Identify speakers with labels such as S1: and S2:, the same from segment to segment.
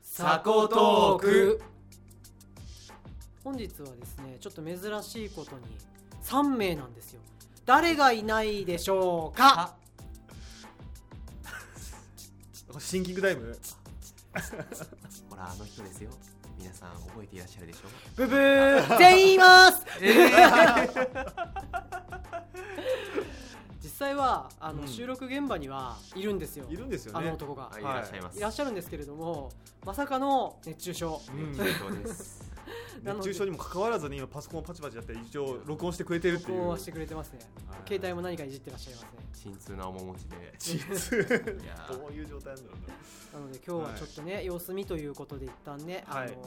S1: サコトーク
S2: 本日はですねちょっと珍しいことに3名なんですよ誰がいないでしょうか
S1: あ
S3: シンキングタイム
S1: ほらあの人ですよ皆さん覚えていらっしゃるでしょ
S2: ブブ ー全員います実際はあの、
S3: うん
S2: 収録現場にはいるんですよ
S3: いるんですよね
S2: あの男が、
S1: あ
S3: い
S1: いらっしゃいます
S2: いらっしゃるんですけれどもまさかの熱中症
S3: うん
S1: 熱中症 です
S2: なの
S3: 熱
S2: で
S3: 中症にもかかわらずに今パソコンをパチパチやって一応録音してくれてるっていう
S2: 録音はしてくれてますね
S3: はい
S2: 携帯も何かいじってらっしゃいますね
S1: 心痛な面持ちで
S3: 実
S1: いやー
S3: どういう状態なんだろうな
S2: なので今日はちょっとね、様子見ということで一旦ね、あの
S3: はい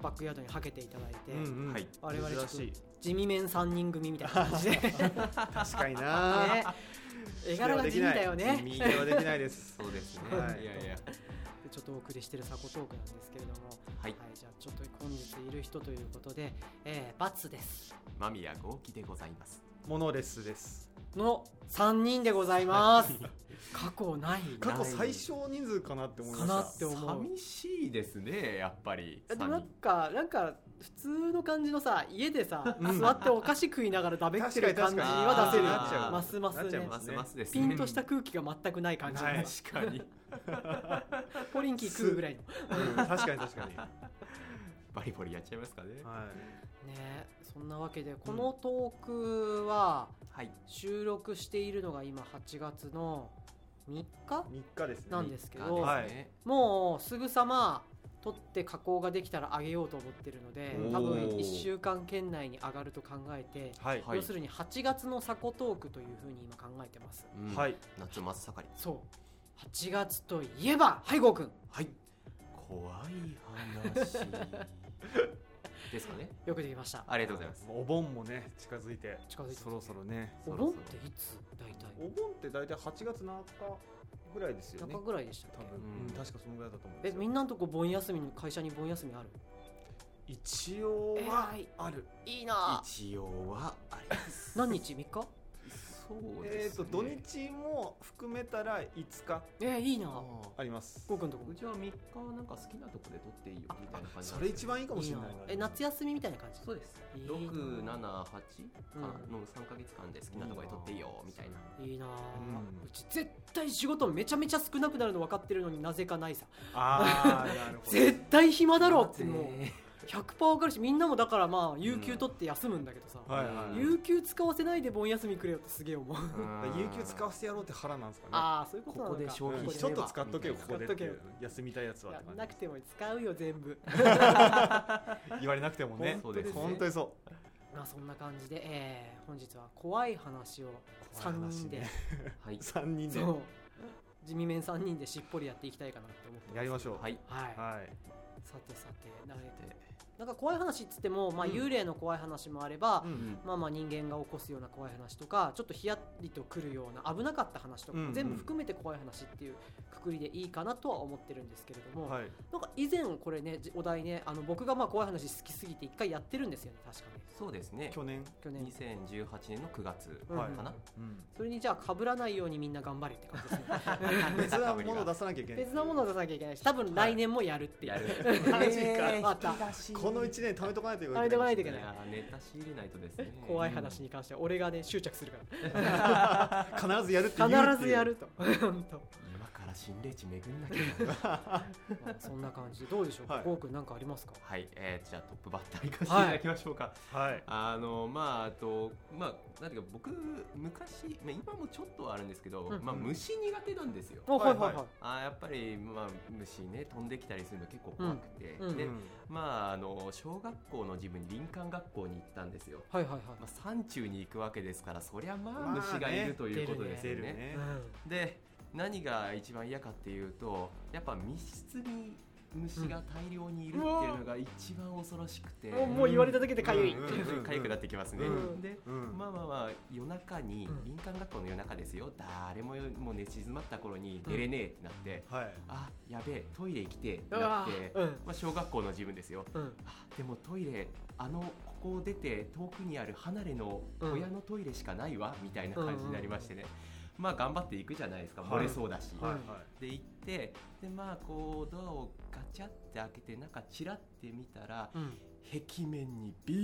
S2: バックヤードにはけていただいて、
S3: うんうん
S1: はい
S2: 我々ちょっと
S3: 珍しい
S2: 地味面3人組みたいな感じでね
S3: 確かにな
S2: 絵柄が地味だよ
S1: 地
S2: ね
S1: 味
S3: 否定はできないです
S1: そうですね、
S3: はい
S1: いやいや
S2: ちょっとお送りしてるサコトークなんですけれども、
S1: は
S2: は
S1: い
S2: い、じゃあちょっと本日いる人ということで、えー、バツです
S1: 間宮豪輝でございます
S3: モノレスです
S2: の3人でございます過去ない
S3: 過去最小人数かなって思いまし
S2: かな
S3: た
S2: って思う
S1: 寂しいですねやっぱり
S2: でもなん
S1: 三
S2: かなんか普通の感じのさ家でさ
S3: うん
S2: 座ってお菓子食いながらだべってる感じは出せる
S1: 確かに確かに
S2: ますます
S3: なっち
S2: ね
S3: ゃい
S1: 人ますますです
S2: ピンとした空気が全くない感じ、
S3: はい
S1: 確か に
S2: ポリンキー食うぐらいのね
S3: うん確かに確かに
S1: バリバリやっちゃいますかね
S3: はい
S2: そんなわけでこのトークは
S1: はい
S2: 収録しているのが今8月の3日
S3: 3日ですね
S2: なんですけど、
S3: はい
S2: もうすぐさま取って加工ができたら上げようと思ってるので多分
S1: おー
S2: 1週間圏内に上がると考えて
S3: はい
S1: はい
S2: 要するに8月のサコトークというふうに今考えてます
S1: うん
S3: はい
S1: 夏真っ盛り
S2: そう8月といえばはいゴーくん
S1: はい怖い 話ですかね
S2: よくできました
S1: ありがとうございます
S3: お盆もね近づいて
S2: 近づいてきた
S3: そろそろね
S2: お盆っていつ大体
S3: お盆って大体8月7日ぐらいですよね
S2: 中ぐらいでしたっ
S3: 多
S2: け
S3: 分、
S1: うん
S3: うん確かそのぐらいだと思うんで
S2: え
S3: すよ
S2: みんなのとこ盆休みに会社に盆休みある
S3: 一応はある、
S2: いいな
S1: 一応はあります
S2: 何日3日
S1: そう
S3: え
S1: で
S3: っ、
S1: す
S3: と
S1: ね
S3: 土日も含めたら5日
S2: えー、いいな
S1: あ
S2: ゴ
S1: あ
S3: あります
S2: ーくんとこも
S1: うちは3日はなんか好きなとこで撮っていいよみたいな感じ
S3: それ一番いい
S1: い
S3: かもし
S2: いい
S3: れ
S2: な
S3: ない
S2: え夏休みみたいな感じ
S1: そうです
S2: いいな
S1: 678の
S2: うん
S1: 3か月間で好きなとこで撮っていいよみたいない
S2: いなあ、う
S3: うん
S2: ち絶対仕事めちゃめちゃ少なくなるの分かってるのになぜかないさ
S3: ああなるほど
S2: 絶対暇だろってもう
S1: ね
S2: 100%分かるしみんなもだからまあ有給取って休むんだけどさ、
S3: はいはい、
S2: 有給使わせないで盆休みくれよってすげえ思う、
S3: だから有給使わせてやろうって腹なんですかね
S2: ああそういうことなのか
S1: ここで消
S3: うん
S1: 費
S2: こ
S1: し
S2: こで
S3: ちょっと使っとけよ
S1: 使
S3: こ
S1: っ
S3: こでっていう
S2: と
S3: 休みたいやつはっ
S2: や
S3: て感じ
S2: なくても使うよ全 部
S3: 言われなくてもね
S1: そうですね
S3: 本当にそ
S2: まあそんな感じで、えー本日は怖い話を
S3: 怖い
S2: 3
S3: 話
S2: 人で、
S3: ね
S1: はいう
S3: 3人で
S2: そう地味面3人でしっぽりやっていきたいかなって思ってます
S3: やりましょう
S1: はい
S2: はい、
S3: はい
S2: さてさてななんか怖い話っつっても、まあ、
S3: うん
S2: 幽霊の怖い話もあれば、
S3: うん
S2: まあまあ人間が起こすような怖い話とかちょっとヒヤリとくるような危なかった話とか、
S3: うんうん
S2: 全部含めて怖い話っていうくくりでいいかなとは思ってるんですけれども、
S3: はい
S2: なんか以前これねじお題ねあの僕がまあ怖い話好きすぎて一回やってるんですよね確かね
S1: そうですね
S3: 去年
S2: 去年
S1: 2018年の9月
S2: うん
S1: か
S3: はい
S1: な
S3: うん
S2: それにじゃあ被らないようにみんな頑張れって感じですね
S3: 別なものを出さなきゃいけな い
S2: 別なものを出さなきゃいけないし多分来年もやるっていう、
S1: や る
S3: マジか
S2: また
S3: この1年貯めとかないといけ
S2: 貯めとかないとい
S1: い
S2: け
S1: や
S2: ない
S1: ーネタ仕入れないとですね
S2: 怖い話に関しては俺がね執着するから
S3: 必ずやるって言うっていう
S2: 必ずやると 本当
S1: 今から心霊地巡んなきゃな
S2: まあそんな感じでどうでしょうか
S3: はい
S2: ゴーくんなんかありますか
S1: はい、えー、じゃあトップバッター行かせていただきましょうか、
S3: はい
S1: あのまああとまあなんていうか僕昔、まあ、今もちょっとはあるんですけど、
S2: うん
S1: まあ虫苦手なんですよ、
S2: おはいはい
S3: はいは
S2: はい
S3: い
S1: あーやっぱり、まあ、虫ね飛んできたりするの結構怖くて、
S2: うんうん
S1: で、
S3: うん
S1: まああの小学校の自分林間学校に行ったんですよ、
S2: はいはいはい
S1: まあ、山中に行くわけですからそりゃまあ
S3: まあね
S1: 虫がいるということです
S3: 出
S1: よ
S3: る
S1: ね,、
S3: ね
S2: う
S1: で何が一番嫌かっていうとやっぱ密室に虫が大量にいるっていうのが一番恐ろしくて、
S2: んもうもう言われただけでかゆい、
S3: うんうんうん
S1: かゆくなってきますね、
S3: うん
S1: で
S3: うん
S1: まあまあまあ夜中に
S2: うん
S1: 林間学校の夜中ですよ誰もよもう寝静まった頃に寝れねえってなって、
S3: はい
S1: あやべえトイレ行きてって
S2: う
S1: な
S2: わ
S1: って、
S2: うん
S1: まあ、小学校の自分ですよ
S2: うん
S1: あでもトイレあのここを出て遠くにある離れの
S2: うん
S1: 親のトイレしかないわ、みたいな感じになりましてね、まあ頑張っていくじゃないですか漏れそうだし、
S3: はい
S2: うん
S3: は
S1: で
S3: い
S1: 行ってでまあこうドアをガチャって開けて中チラって見たら
S2: うん、
S1: 壁面にび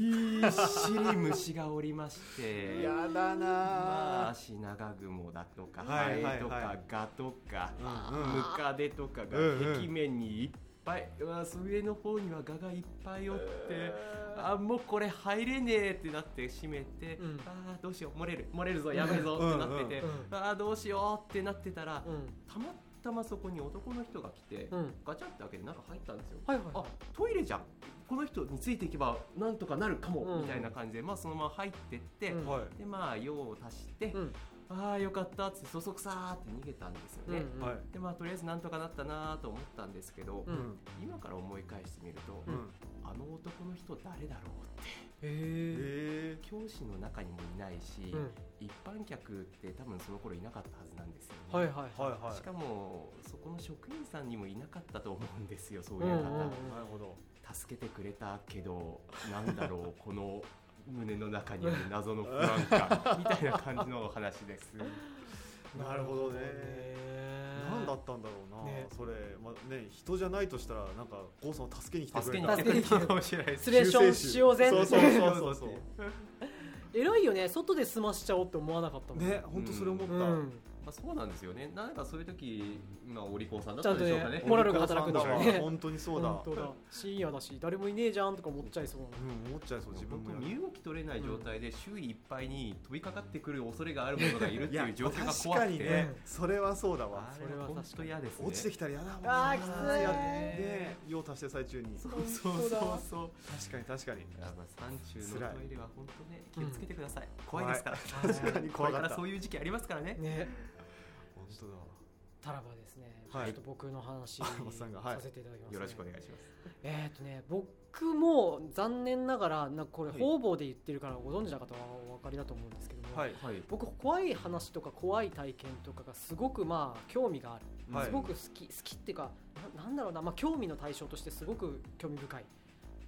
S1: っしり虫がおりまして
S3: やだ
S1: まあ
S3: な
S1: 足長雲だとか
S3: は
S1: ハ
S3: いはい
S1: エ
S3: はい
S1: とかガとか
S3: うんうん
S1: ムカデとかが
S3: うんうん
S1: 壁面にいっぱい、うわそ上の方にはガがいっぱいおって。あもうこれ入れねえってなって閉めて、
S2: うん
S1: ああどうしよう漏れる漏れるぞやべえぞってなってて、
S2: うんうん
S1: ああどうしようってなってたら、
S2: うん、
S1: たまたまそこに男の人が来て、
S2: うん、
S1: ガチャって開けて中入ったんですよ、
S2: はいはい
S1: あトイレじゃんこの人についていけばなんとかなるかも、
S2: うん
S1: みたいな感じで、まあ、そのまま入ってって、
S2: うん
S3: はい
S1: でまあ用を足して、
S2: うん、
S1: ああよかったっつってそそくさーって逃げたんですよね、
S2: うん
S3: はい
S1: でまあとりあえずなんとかなったなーと思ったんですけど、
S2: う
S3: うんん
S1: 今から思い返してみると、
S3: うん
S1: あの男の人誰だろうって
S2: へえ
S3: え
S1: 教師の中にもいないし、
S2: うん、
S1: 一般客って多分その頃いなかったはずなんですよね、
S2: はいはい
S3: ーはいはい
S1: しかもそこの職員さんにもいなかったと思うんですよそういう
S2: うん
S1: 方、
S2: うんうん
S3: なるほど
S1: 助けてくれたけどなんだろうこの胸の中にある謎の不安感みたいな感じのお話です
S3: なるほどね何だ
S2: っ
S3: ったんだろうな、
S2: ね
S3: それ、まあね、人じゃないとしたらなんか郷さんを助けに来てく
S1: 助け
S3: れ
S1: に
S3: た
S1: 来てくれた
S2: 助けに来てくれた
S1: かもしれないです
S2: 失礼し
S3: 救世主
S2: しようぜ
S3: そうそうそうそうそう
S2: 偉いよね外で済ましちゃおうって思わなかったもん
S3: ね本当それ思った、
S2: うん、
S1: まあ、そうなんですよねなんかそういう時、まあ、お利口さんだっ
S2: ちゃ
S1: た
S2: んと
S1: でしょうかね
S2: ねモラルが働くんだ
S3: お
S2: ろう
S3: 利口さんだわ
S2: ね
S3: 本当にそうだ
S2: 本当だ深夜だし誰もいねえじゃんとか思っちゃいそうな
S3: うん、思っちゃいそう自分
S1: 本
S3: も
S1: 当
S3: やる
S1: 身動き取れない状態で周囲いっぱいに飛びかかってくる恐れがあるものがいるっ
S3: い
S1: ていう状況が
S3: 確
S1: 怖
S3: か
S1: く
S3: に
S1: て、
S3: ね、それはそうだわ
S1: あ
S2: そ
S1: れ
S2: れ
S1: は
S2: は
S1: 本
S2: 確
S1: 当
S2: かに
S1: 嫌ですね
S3: 落ちてきたら嫌だもん
S2: あーきつい
S3: やってね用足してる最中に
S1: そうそうそうそう
S3: 確かに確かに
S1: やっぱ山中のトイレは本当ね気をつけてください、怖い
S3: 怖
S1: で
S3: い
S1: すから
S3: 確かに
S1: こ
S3: 怖
S1: れ
S3: か
S1: から
S3: った
S1: そ
S3: 本
S1: ういう時期ありますからね
S2: ね
S3: 当だわ
S2: たらばですね、
S3: はい
S2: ちょっと僕の話
S3: あおっさんがはい
S2: させていただきます、ね
S1: よろしくお願いします
S2: えーっ、とね僕も残念ながらなんかこれ
S1: はい
S2: 方々で言ってるからご存知な方はお分かりだと思うんですけども、
S3: はい
S1: はい
S2: 僕怖い話とか怖い体験とかがすごくまあ興味がある、
S3: はい
S2: すごく好き好きっていうかななんだろうな、まあ、興味の対象としてすごく興味深い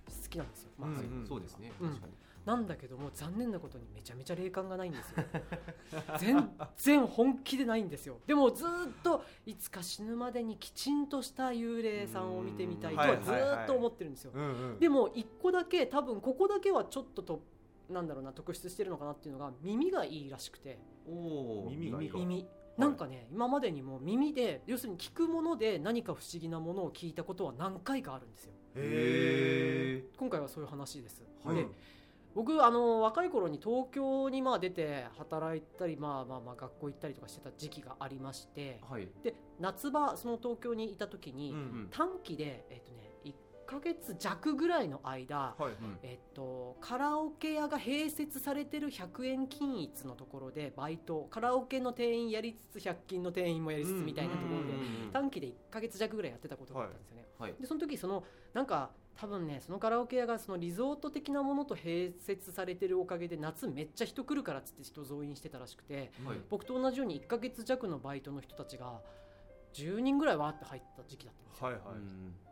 S2: 好きなんですよ、まあ
S3: うん
S2: そういう
S1: そうですね、
S2: うん
S1: 確かに
S2: なんだけども残念なことにめちゃめちゃ霊感がないんですよ 全然本気でないんですよでもずーっといつか死ぬまでにきちんとした幽霊さんを見てみたいとはずーっと思ってるんですよ、
S3: うんうん
S2: でも一個だけ多分ここだけはちょっととなんだろうな特筆してるのかなっていうのが耳がいいらしくて
S1: おー
S3: 耳がいい
S2: 耳なんかね今までにも耳で要するに聞くもので何か不思議なものを聞いたことは何回かあるんですよ
S3: へ
S2: 今回はそういう話です、
S3: ー
S2: で僕あの若い頃に東京にまあ出て働いたり、まあ、まあまあ学校行ったりとかしてた時期がありまして
S1: はい
S2: で夏場その東京にいた時に、
S3: うんうん
S2: 短期で、えっとね、1ヶ月弱ぐらいの間、
S3: はい
S1: うん
S2: えっと、カラオケ屋が併設されてる100円均一のところでバイトカラオケの店員やりつつ100均の店員もやりつつみたいなところ
S1: うんうん
S2: で
S1: うんうん
S2: 短期で1ヶ月弱ぐらいやってたことがあったんですよね。
S1: はい
S2: でその時そのなんか多分ねそのカラオケ屋がそのリゾート的なものと併設されてるおかげで夏めっちゃ人来るからっつって人増員してたらしくて
S1: はい
S2: 僕と同じように1ヶ月弱のバイトの人たちが10人ぐらいわーって入った時期だったんですよ
S3: はいはい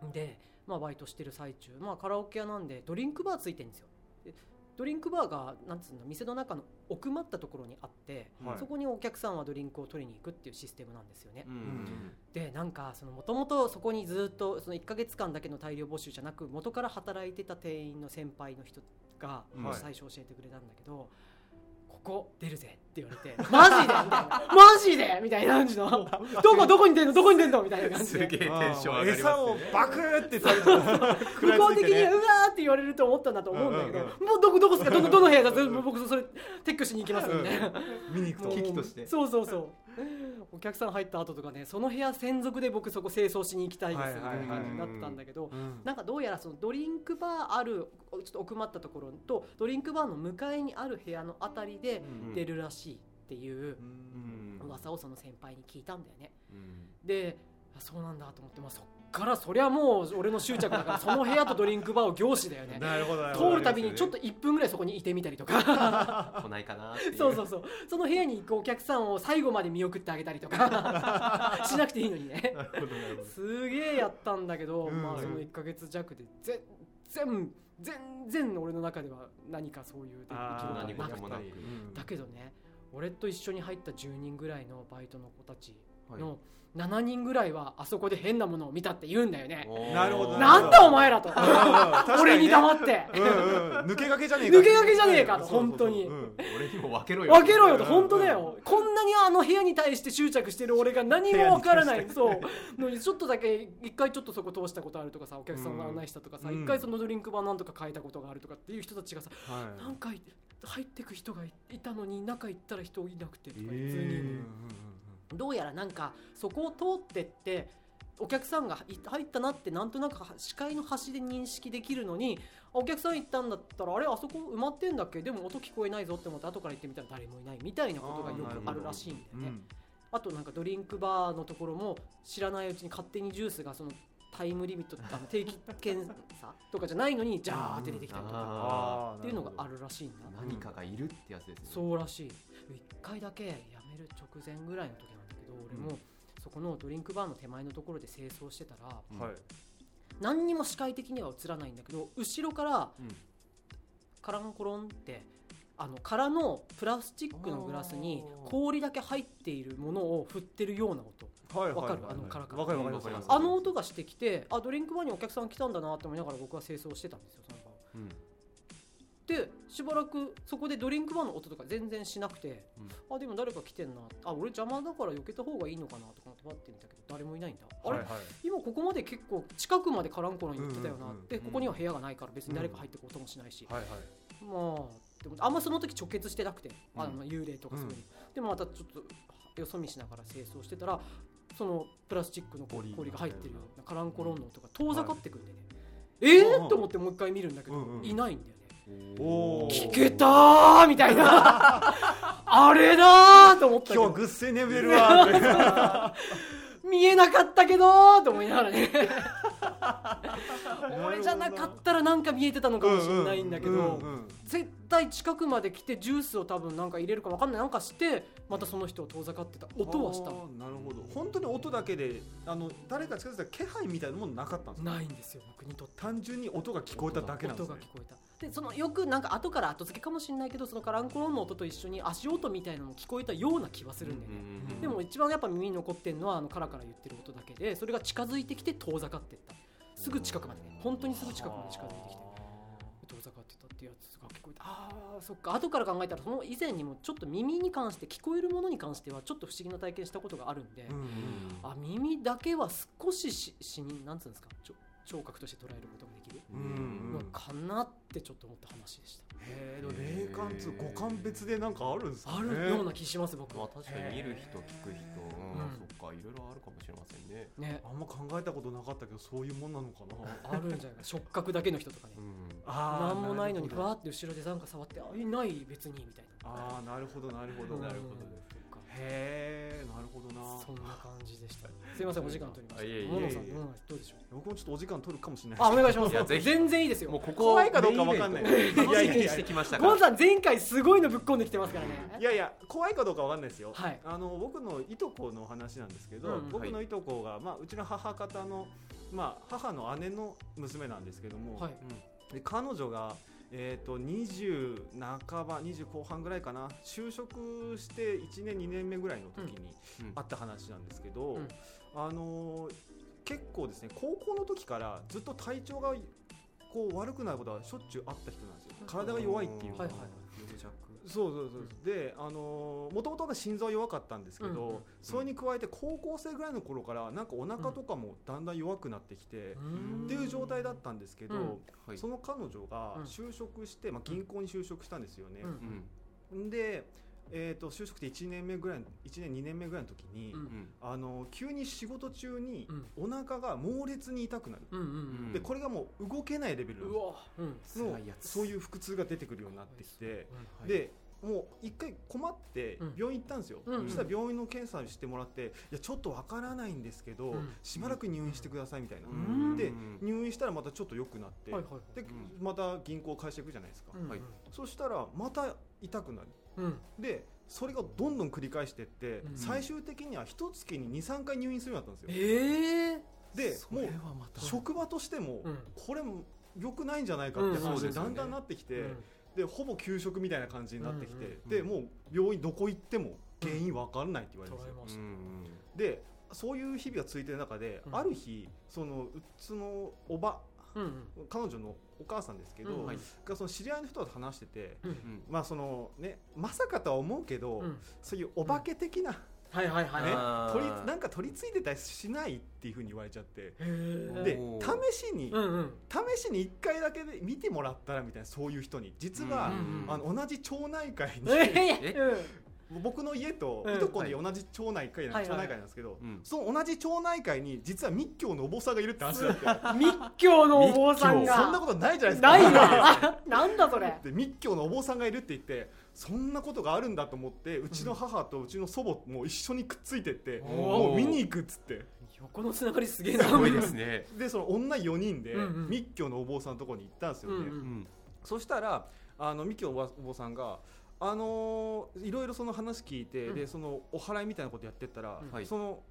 S1: うん
S2: で、まあ、バイトしてる最中、まあ、カラオケ屋なんでドリンクバーついてるんですよでドリンクバーがなんつうの店の中の奥まったところにあって、
S3: はい
S2: そこにお客さんはドリンクを取りに行くっていうシステムなんですよね、
S1: うん
S2: でなんかそのもともとそこにずっとその1か月間だけの大量募集じゃなく元から働いてた店員の先輩の人が
S1: はい
S2: 最初教えてくれたんだけど、ここ出るぜって言われてマジでみた いなマジでみたいな感じのどこどこに出んのどこに出んのみたいな感じ
S1: すげえ
S2: で
S1: テンシ
S3: あ
S1: ョン
S3: ー
S1: 上がり
S3: 餌
S1: ま
S3: を
S1: すね
S3: バクーって食べて食
S2: 向
S3: らい
S2: こ
S3: つ
S2: う
S3: いて
S2: 的に
S3: ね
S2: うわーって言われると思ったんだと思うんだけど、
S3: うんうん
S2: もうどこどこですかどこどの部屋だ
S3: うんうん
S2: 僕それ撤去しに行きますみたいな
S3: 見に行く
S2: もう
S1: 危
S3: と
S1: 機として
S2: そうそうそうお客さん入った後とかねその部屋専属で僕そこ清掃しに行きたいですみたいな感じになってたんだけど、
S3: うん
S2: なんかどうやらそのドリンクバーあるおちょっと奥まったところとドリンクバーの向かいにある部屋のあたりで
S1: うん
S2: 出るらしいっていう
S1: うん
S2: 噂をその先輩に聞いたんだよね
S1: うん
S2: であそうなんだと思って、まあ、そっからそりゃもう俺の執着だ からその部屋とドリンクバーを凝視だよね
S3: なるほどなるほど
S2: 通るたびにちょっと1分ぐらいそこにいてみたりと か
S1: 来ないかなっていう
S2: そうそうそうその部屋に行くお客さんを最後まで見送ってあげたりとか しなくていいのにね
S1: なるほどなるほど
S2: すげえやったんだけど、
S3: うん
S2: まあその1か月弱で全然全然俺の中では何かそういう出来事
S3: あ
S2: がな
S3: ー
S1: 何
S2: く
S1: 事もなく
S2: てだけどね俺と一緒に入った10人ぐらいのバイトの子たち
S1: はい
S2: の7人ぐらいはあそこで変なものを見たって言うんだよね。
S1: おー
S3: なるほど
S2: なんだお前らと俺に
S3: っ
S2: 黙って
S3: うんうん抜けがけじゃねえ
S2: 抜け駆けじゃねえかと
S3: そうそうそう
S2: 本当に
S3: うん
S1: 俺にも分けろよ
S2: 分けろよと本当だよこんなにあの部屋に対して執着してる俺が何も分からないそうのにちょっとだけ一回ちょっとそこ通したことあるとかさお客さんが案内したとかさ
S3: うん
S2: 一回そのドリンクバーなんとか変えたことがあるとかっていう人たちがさ
S3: はい
S2: なんか入ってく人がいたのに中行ったら人いなくてとか普通
S3: え
S2: にどうやらなんかそこを通ってってお客さんがい入ったなってなんとなくは視界の端で認識できるのにあお客さん行ったんだったらあれあそこ埋まってんだっけでも音聞こえないぞって思って後から行ってみたら誰もいないみたいなことがよくあるらしいん
S3: ーう
S2: だ
S3: ん
S2: よねあとなんかドリンクバーのところも知らないうちに勝手にジュースがそのタイムリミットあの定期検査とかじゃないのにジャーって出てきたりとか
S1: あ
S2: っていうのがあるらしいんだ
S1: 何かがいるってやつですね
S2: そうらしい一回だけ辞める直前ぐらいの時なんだけど俺も、
S3: う
S2: そこのドリンクバーの手前のところで清掃してたら
S1: うん
S3: はい
S2: 何にも視界的には映らないんだけど後ろから
S1: うん
S2: カランコロンってあの空のプラスチックのグラスに
S1: あー
S2: 氷だけ入っているものを振ってるような音
S3: はいはい
S2: わかる
S3: はい
S2: あのカラカラ
S3: わかるわかります
S1: うん
S3: わかります
S2: あの音がしてきてあドリンクバーにお客さん来たんだなって思いながら僕は清掃してたんですよその場を
S1: うん
S2: でしばらくそこでドリンクバーの音とか全然しなくて、あでも誰か来てんなあ俺邪魔だから避けた方がいいのかなとか思って待ってみたけど誰もいないんだ、
S3: はい
S2: あ
S3: は
S2: れ
S3: い
S2: 今ここまで結構近くまでカランコロン行ってたよな、
S3: うんうんうん
S2: でここには部屋がないから別に誰か入ってこうともしないし、
S3: はいはい
S2: まあでもあんまその時直結してなくて、
S1: うん
S2: あの幽霊とかそういうの、でもまたちょっとよそ見しながら清掃してたらそのプラスチックの
S1: 氷
S2: 氷が入ってるよ
S1: が
S2: うなカランコロンの音が遠ざかってくるんでね、え
S3: う
S2: ー
S3: ん
S2: っと思ってもう一回見るんだけど、
S3: うんうん
S2: いないんだよね
S3: お
S2: 聞
S3: ー
S2: けたーみたいな あれだーと思ったけ
S3: 今日
S2: ど
S3: ぐっすり眠れるわーって
S2: 見えなかったけどーと思いながら ね俺じゃなかったらなんか見えてたのかもしれないんだけど、
S3: うんうんうん
S2: 絶対近くまで来てジュースを多分なんか入れるか分かんないなんかしてまたその人を遠ざかってた音はした
S3: あーなるほど本当に音だけであの誰か近づいた気配みたいなものなかったんですか
S2: ないんですよ僕にとって
S3: 単純に音が聞こえただけなんで
S2: 音
S3: す
S2: が
S3: ね
S2: 聞こえたでそのよくなんか後から後付けかもしれないけどそのカランコロンの音と一緒に足音みたいなのも聞こえたような気はするんだよね、
S3: うん
S2: でも一番やっぱ耳に残ってるのはあのカラカラ言ってる音だけでそれが近づいてきて遠ざかってったすぐ近くまでね本当にすぐ近くまで近づいてきて遠ざかってたっていうやつが聞こえたあーそっか後から考えたらその以前にもちょっと耳に関して聞こえるものに関してはちょっと不思議な体験したことがあるんで、
S3: うんうん
S2: あ耳だけは少しし死になんつうんですかちょ聴覚として捉えることができる
S1: うんうん
S2: のかなってちょっと思った話でした、
S3: へーでも霊感つ五感別でなんかあるんですかね
S2: あるような気します僕
S1: まあ
S2: は、
S1: 確かに見る人聞く人
S2: うん
S1: うんそっかいろいろあるかもしれませんね
S2: ね
S3: あんま考えたことなかったけどそういうもんなのかな
S2: あるんじゃないか触覚だけの人とかね
S1: うん
S3: あ
S2: な
S3: ー
S2: んもないのに
S3: る
S2: ふ
S3: ほど
S2: わって後ろでなんか触ってあいない別にみたいな
S3: ああなるほどなるほど
S2: うん
S1: なるほどです
S2: とか
S3: へえなるほどな
S2: そんな感じでしたすいませんお時間取りま
S1: あいえいえ
S2: したモノさん
S3: いえいえ
S2: モノさんどうでしょう
S3: 僕もちょっとお時間取るかもしれない
S2: あお願いしま
S1: いや
S2: す
S1: ぜひ
S2: 全然いいですよ
S1: もうここ
S3: 怖いかどうかわかんない
S1: メインイベント
S3: いやいや
S1: 楽し
S3: いや
S1: みにしてきましたか
S2: ゴン
S1: ら
S2: さん前回すごいのぶっこんできてますから
S3: い
S2: ね
S3: やいや怖いかどうかわかんないですよ、
S2: はい
S3: あの僕のいとこの話なんですけど、
S2: うんうん
S3: 僕のいとこが、まあ、うちの母方の、まあ、母の姉の娘なんですけども、
S2: はい
S3: うんで彼女が、えー、と20半ば20後半ぐらいかな就職して1年2年目ぐらいの時に
S1: うんうん
S3: あった話なんですけど、
S2: うん
S3: あのー結構ですね高校の時からずっと体調がこう悪くなることはしょっちゅうあった人なんですよ体が弱いっていうか。
S2: はいはい
S1: 弱弱
S3: そうそうそう、であのもともと心臓は弱かったんですけど、
S2: うんうん
S3: それに加えて高校生ぐらいの頃からなんかお腹とかもだんだん弱くなってきて、
S2: うん
S3: っていう状態だったんですけど、
S2: うん
S1: はい
S3: その彼女が
S2: うん
S3: 就職して、まあ、銀行に就職したんですよね、
S2: うん
S1: うん
S3: で、えー、と就職って1年目ぐらい1年2年目ぐらいの時に、
S2: うん
S1: うん
S3: あの急に仕事中に
S2: うん
S3: お腹が猛烈に痛くなる、
S2: うんうん
S1: うん
S3: でこれがもう動けないレベ
S2: う
S3: ルの
S2: んうわうん
S1: 辛いやつ
S3: そういう腹痛が出てくるようになってきて。
S1: はい
S3: でもう一回困って
S2: うん
S3: 病院行ったんですよ、
S2: うん
S3: そしたら病院の検査をしてもらっていやちょっとわからないんですけど、
S2: うん
S3: しばらく入院してくださいみたいな、
S1: うん
S3: で入院したらまたちょっと良くなって、
S2: はいはいはい
S3: で
S1: う
S3: また銀行会社行くじゃないですか、
S2: うん
S1: はい
S3: そしたらまた痛くなる
S2: うん
S3: でそれがどんどん繰り返していって、
S2: うん
S3: 最終的には一月に23回入院するようになったんですよ
S2: ええ
S3: で
S1: そ
S3: も
S1: れ
S3: う
S1: はまた
S3: 職場としても、
S2: うん
S3: これも良くないんじゃないかって
S2: うんそう
S3: 話
S1: で
S3: に
S1: すよ
S3: だ
S1: ね
S3: んだんなってきて、
S2: うん
S3: でほぼ給食みたいな感じになってきて、
S1: うん
S3: でもう病院どこ行っても原因わかんないって言われるん
S2: 捉
S3: です
S2: え
S3: よ、
S2: ま
S1: う
S2: した、
S1: ん
S3: でそういう日々が続いてる中で、
S2: うん
S3: ある日そのうちのおば
S2: うんうん
S3: 彼女のお母さんですけど、
S2: うんはい
S3: がその知り合いの人と話してて、
S2: うん
S1: うん
S3: まあそのね、まさかとは思うけど、
S2: うん
S3: そういうお化け的な、
S2: はいはいはい
S3: ね
S2: は
S1: あー
S3: 取りなんか取り付いてたりしないっていうふうに言われちゃって
S2: いへー
S3: で
S1: おー
S3: 試しに、
S2: うんうん
S3: 試しに1回だけで見てもらったらみたいなそういう人に実は、
S2: うん
S3: あの同じ町内会に、
S2: え
S1: え
S3: 僕の家と
S2: うん
S3: いとこの家同じ町内会な
S2: は
S3: ん
S2: い
S3: 町内会なんですけど、
S1: うん
S3: その同じ町内会に実は密教のお坊さんがいるって話だって
S2: うん密教のお坊さん
S1: 密
S2: が
S1: 教
S3: そんなことないじゃないですか
S2: ないわなんだそれ
S3: で密教のお坊さんがいるって言ってそんなことがあるんだと思ってうちの母とうちの祖母も一緒にくっついてって
S1: おー
S3: もう見に行くっつって
S2: 横のつながりすげえな
S1: すごいですね。
S3: でその女4人で
S2: うんうん
S3: 密教のお坊さんのところに行ったんですよね、
S2: うんうん
S1: うん
S3: そしたらあのミキのおばお坊さんが。あのーいろいろその話聞いて、
S2: うん
S3: でそのお祓いみたいなことやってったら、
S2: うん
S1: はい
S3: その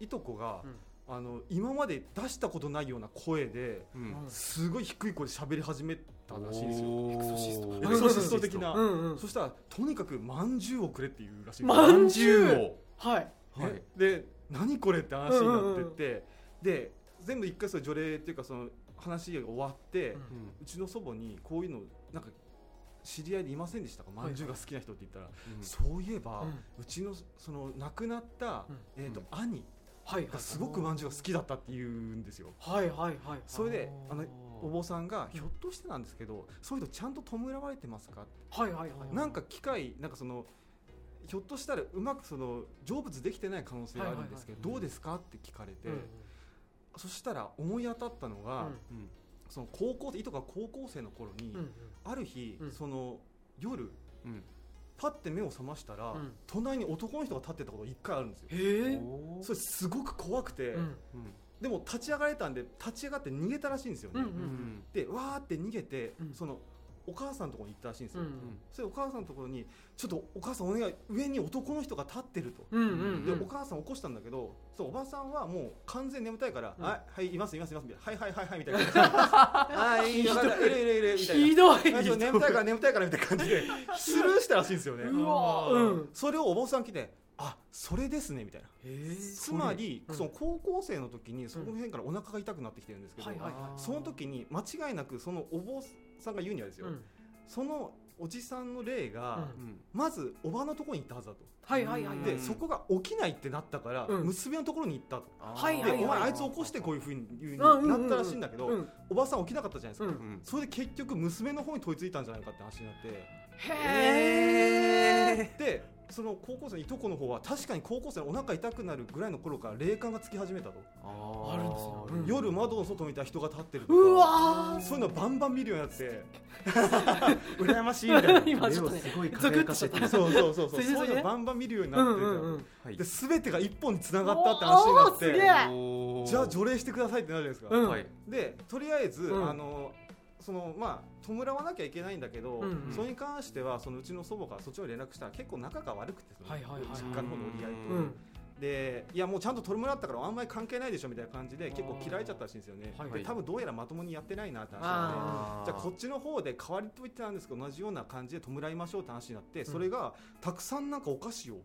S3: いとこが、
S2: うん
S3: あの今まで出したことないような声で
S1: うん
S3: すごい低い声で喋り始めたらしいんですよ。
S1: おーエクソシスト
S3: エクソシスト的な、
S2: うんうん
S3: そしたらとにかくまんじゅうをくれっていうらしいんですよ
S2: まん
S1: 三
S2: じゅ
S1: 十
S2: う
S1: を。
S2: はい
S1: は
S3: ね
S1: い。
S3: で何これって話になってって、で全部一回その除霊っていうかその話が終わっ
S2: う
S3: て、うん
S1: うん
S3: ちの祖母にこういうのなんか知り合いでいませんでしたかまんじゅうが好きな人って言ったら、そういえば、
S2: う
S3: うんちのその亡くなった、
S2: うん
S3: えーと
S1: うん
S3: 兄
S2: はい
S3: がすごくまんじゅうが好きだったっていうんですよ。
S2: はいはいはい
S3: それであのお
S2: は
S3: 坊さんがひょっとしてなんですけどそういうのちゃんと弔われてますか
S2: いはいはい
S3: なんか機械なんかそのひょっとしたらうまくその成仏できてない可能性があるんですけど、
S1: はいはいはい
S3: どうですかって聞かれて、
S2: うんうん
S3: そしたら思い当たったのが、
S1: うん
S3: その高校いとか高校生の頃に、
S2: うん
S3: ある日、
S2: うん
S3: その夜
S1: うん
S3: パッて目を覚ましたら、
S2: うん
S3: 隣に男の人が立ってたことが一回あるんですよ
S2: へえ
S1: おー
S3: それすごく怖くて、
S2: うん
S1: うん
S3: でも立ち上がれたんで立ち上がって逃げたらしいんですよね、
S2: うんう
S1: うんん
S3: でわーって逃げて、
S2: うん
S3: そのお母さんのところに行ったらしいんです
S2: う
S3: よ、
S2: ん
S3: それお母さんのところにちょっとお母さんお願い上に男の人が立ってると、
S2: うんうん
S3: で
S2: う
S3: お
S2: ん
S3: 母さん起こしたんだけどそのおばさんはもう完全に眠たいから「
S2: うん
S3: はいはいいますいますいます」みたいな「はいはいはいはい」みたいな感じで「 はいいやいやいるいるいる」みたい
S2: ひどい
S3: なあちょっと眠たいから眠たいからみたいな感じでスルーしたらしいんですよね
S2: うわうん
S3: それをお坊さん来て「あそれですね」みたいなつまり
S2: うん
S3: その高校生の時にその辺からお腹が痛くなってきてるんですけど
S2: はいはいはい
S3: その時に間違いなくそのお坊さんが言うにはですよ
S2: うん
S3: そのおじさんの霊
S2: う
S3: が
S2: ん
S1: うん
S3: まずおばのところに行ったはずだと。
S2: はいはいはいはい
S3: でそこが起きないってなったから、
S2: うん
S3: 娘のところに行ったと、
S1: あー
S2: はい
S3: で
S2: はい
S3: お前あいつ起こしてこういうふうになったらしいんだけど、
S2: うん
S3: おばさん起きなかったじゃないですか、
S2: うん
S1: うん
S3: それで結局娘の方に問いついたんじゃないかって話になって
S2: へえ
S3: でその高校生のいとこの方は確かに高校生のお腹痛くなるぐらいの頃から霊感がつき始めたと、
S1: あ
S2: あるんですようん
S3: 夜窓の外見たら人が立ってるとか
S2: うわ
S3: そういうのバンバン見るようになって 羨ましいみたいな
S2: 今ちょっとね
S1: 目をすごい
S2: ゾク
S1: 輝
S2: ッと
S1: か
S2: しちゃ
S1: せ
S2: ってた
S1: る
S3: そうそうそうそう
S2: それでそ
S3: そ
S2: れ
S3: う
S2: で
S3: いうのバンバン見るようにな
S2: う
S3: って
S2: ん
S3: る
S2: う
S3: から、
S2: んうん
S1: はい
S3: で全てが一本に繋がったって話になっ
S2: おーす
S3: て
S2: げえ
S1: おー
S3: じゃあ除霊してくださいってなるじゃないですか、
S2: うん
S1: はい
S3: でとりあえず、
S2: うん
S3: あのそのまあ弔わなきゃいけないんだけど、
S2: うんうん
S3: それに関してはそのうちの祖母がそっちの連絡したら結構仲が悪くてその
S2: はいはいはい
S3: 実家の方の折り合いと、
S2: うん
S3: でいやもうちゃんと弔ったからあんまり関係ないでしょみたいな感じで結構嫌いちゃったらしいんですよね、
S2: はい
S1: はい
S3: で多分どうやらまともにやってないなって話
S2: あー
S3: になってじゃあこっちの方で代わりと言ってたんですけど同じような感じで弔いましょうって話になって、それがたくさんなんかお菓子を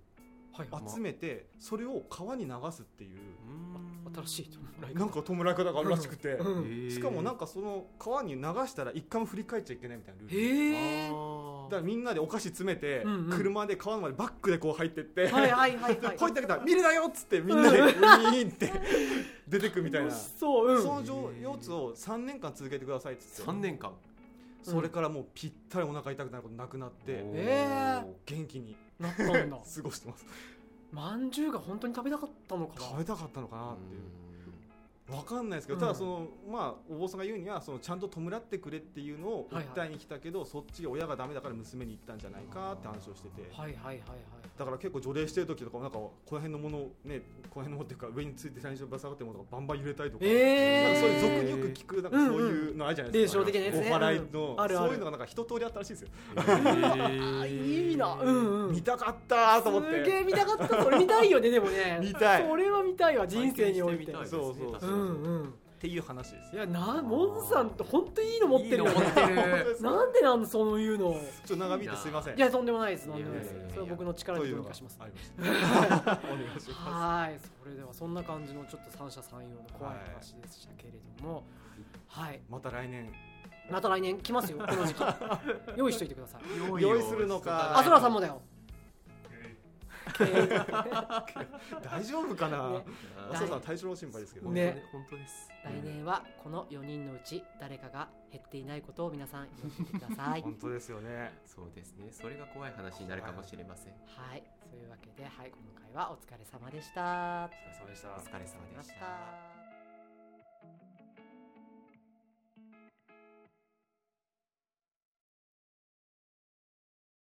S2: はいはい
S3: 集めてそれを川に流すっていう
S1: うーん
S2: 新しいと思う
S3: なんか弔い方があるらしくて、
S2: うん
S1: へー
S3: しかもなんかその川に流したら一回も振り返っちゃいけないみたいなルール
S2: へえ
S3: だからみんなでお菓子詰めて、
S2: うんうん
S3: 車で川までバック でこう入ってって、
S2: はいはいはい
S3: で
S2: はい
S3: 声だけたら「見るなよ!」っつってみんなで
S2: う
S3: ウィーンって 出てくみたいな、
S2: 楽しそううん
S3: その状様子を3年間続けてくださいっつって
S1: 三年間
S3: それからもうぴったりお腹痛くなることなくなって
S1: おー
S2: え
S3: 元気に
S2: なったんだ
S3: 過ごしてます
S2: まんじゅうが本当に食べたかったのか
S3: 食べたかったのかなっていううんわかんないですけど、
S2: うん
S3: ただその、まあ、お坊さんが言うにはそのちゃんと弔ってくれっていうのを
S2: はいはい
S3: 訴えに来たけど、そっち親がダメだから娘に行ったんじゃないかって話をしてて、
S2: はいはいはいはい
S3: だから結構除霊してる時とかもなんかこの辺のものをねこの辺のものっていうか上について最初ぶら下がってるものとかバンバン揺れたりとか,、
S2: え
S3: なん
S2: ー
S3: かそういう俗によく聞くなんかそういうのあるじゃないですか、
S2: うんうん霊障的なやつね
S3: お祓いの、
S2: うんあるある
S3: そういうのがなんか一通りあったらしいですよ、
S2: あ
S1: ー
S2: いいなうんうん
S3: 見たかったーと思って
S2: すげえ見たかったそれ見たいよねでもね
S3: 見たい
S2: それは見たいわ人生において
S1: 体験してみたいです
S3: そ
S1: ね
S3: うそう
S1: 確
S3: そ
S1: か
S2: う
S1: に
S2: んうん
S3: っていう話です
S2: いやなモンさんって本当いいの持ってるよね
S1: いいの持ってる
S2: なんでなんそういうの
S3: ちょっと長引いてすいません
S2: いやとんでもないですとんでもないで
S1: いやいや
S2: す
S1: いや
S2: それは僕の力
S3: と
S2: で
S3: いう
S2: どうに
S3: のが
S2: かします
S3: あり ましたお願いしま
S2: はいそれではそんな感じのちょっと三者三様の怖い話でしたけれどもはい
S3: すまた来年
S2: また来年来 ますよこの時期用意しといてください
S1: 用
S3: 用意するのか
S2: あそらさんもだよ
S3: 大丈夫かな、
S2: ね
S3: 麻生さん体調の心配ですけど
S2: ね
S1: 本当です
S2: 来年はこの4人のうち誰かが減っていないことを皆さん祈ってください
S3: 本当ですよね
S1: そうですねそれが怖い話になるかもしれません
S2: はいそういうわけではい今回はお疲れ様でした
S3: お疲れ様でした
S1: お疲れ様でした
S2: た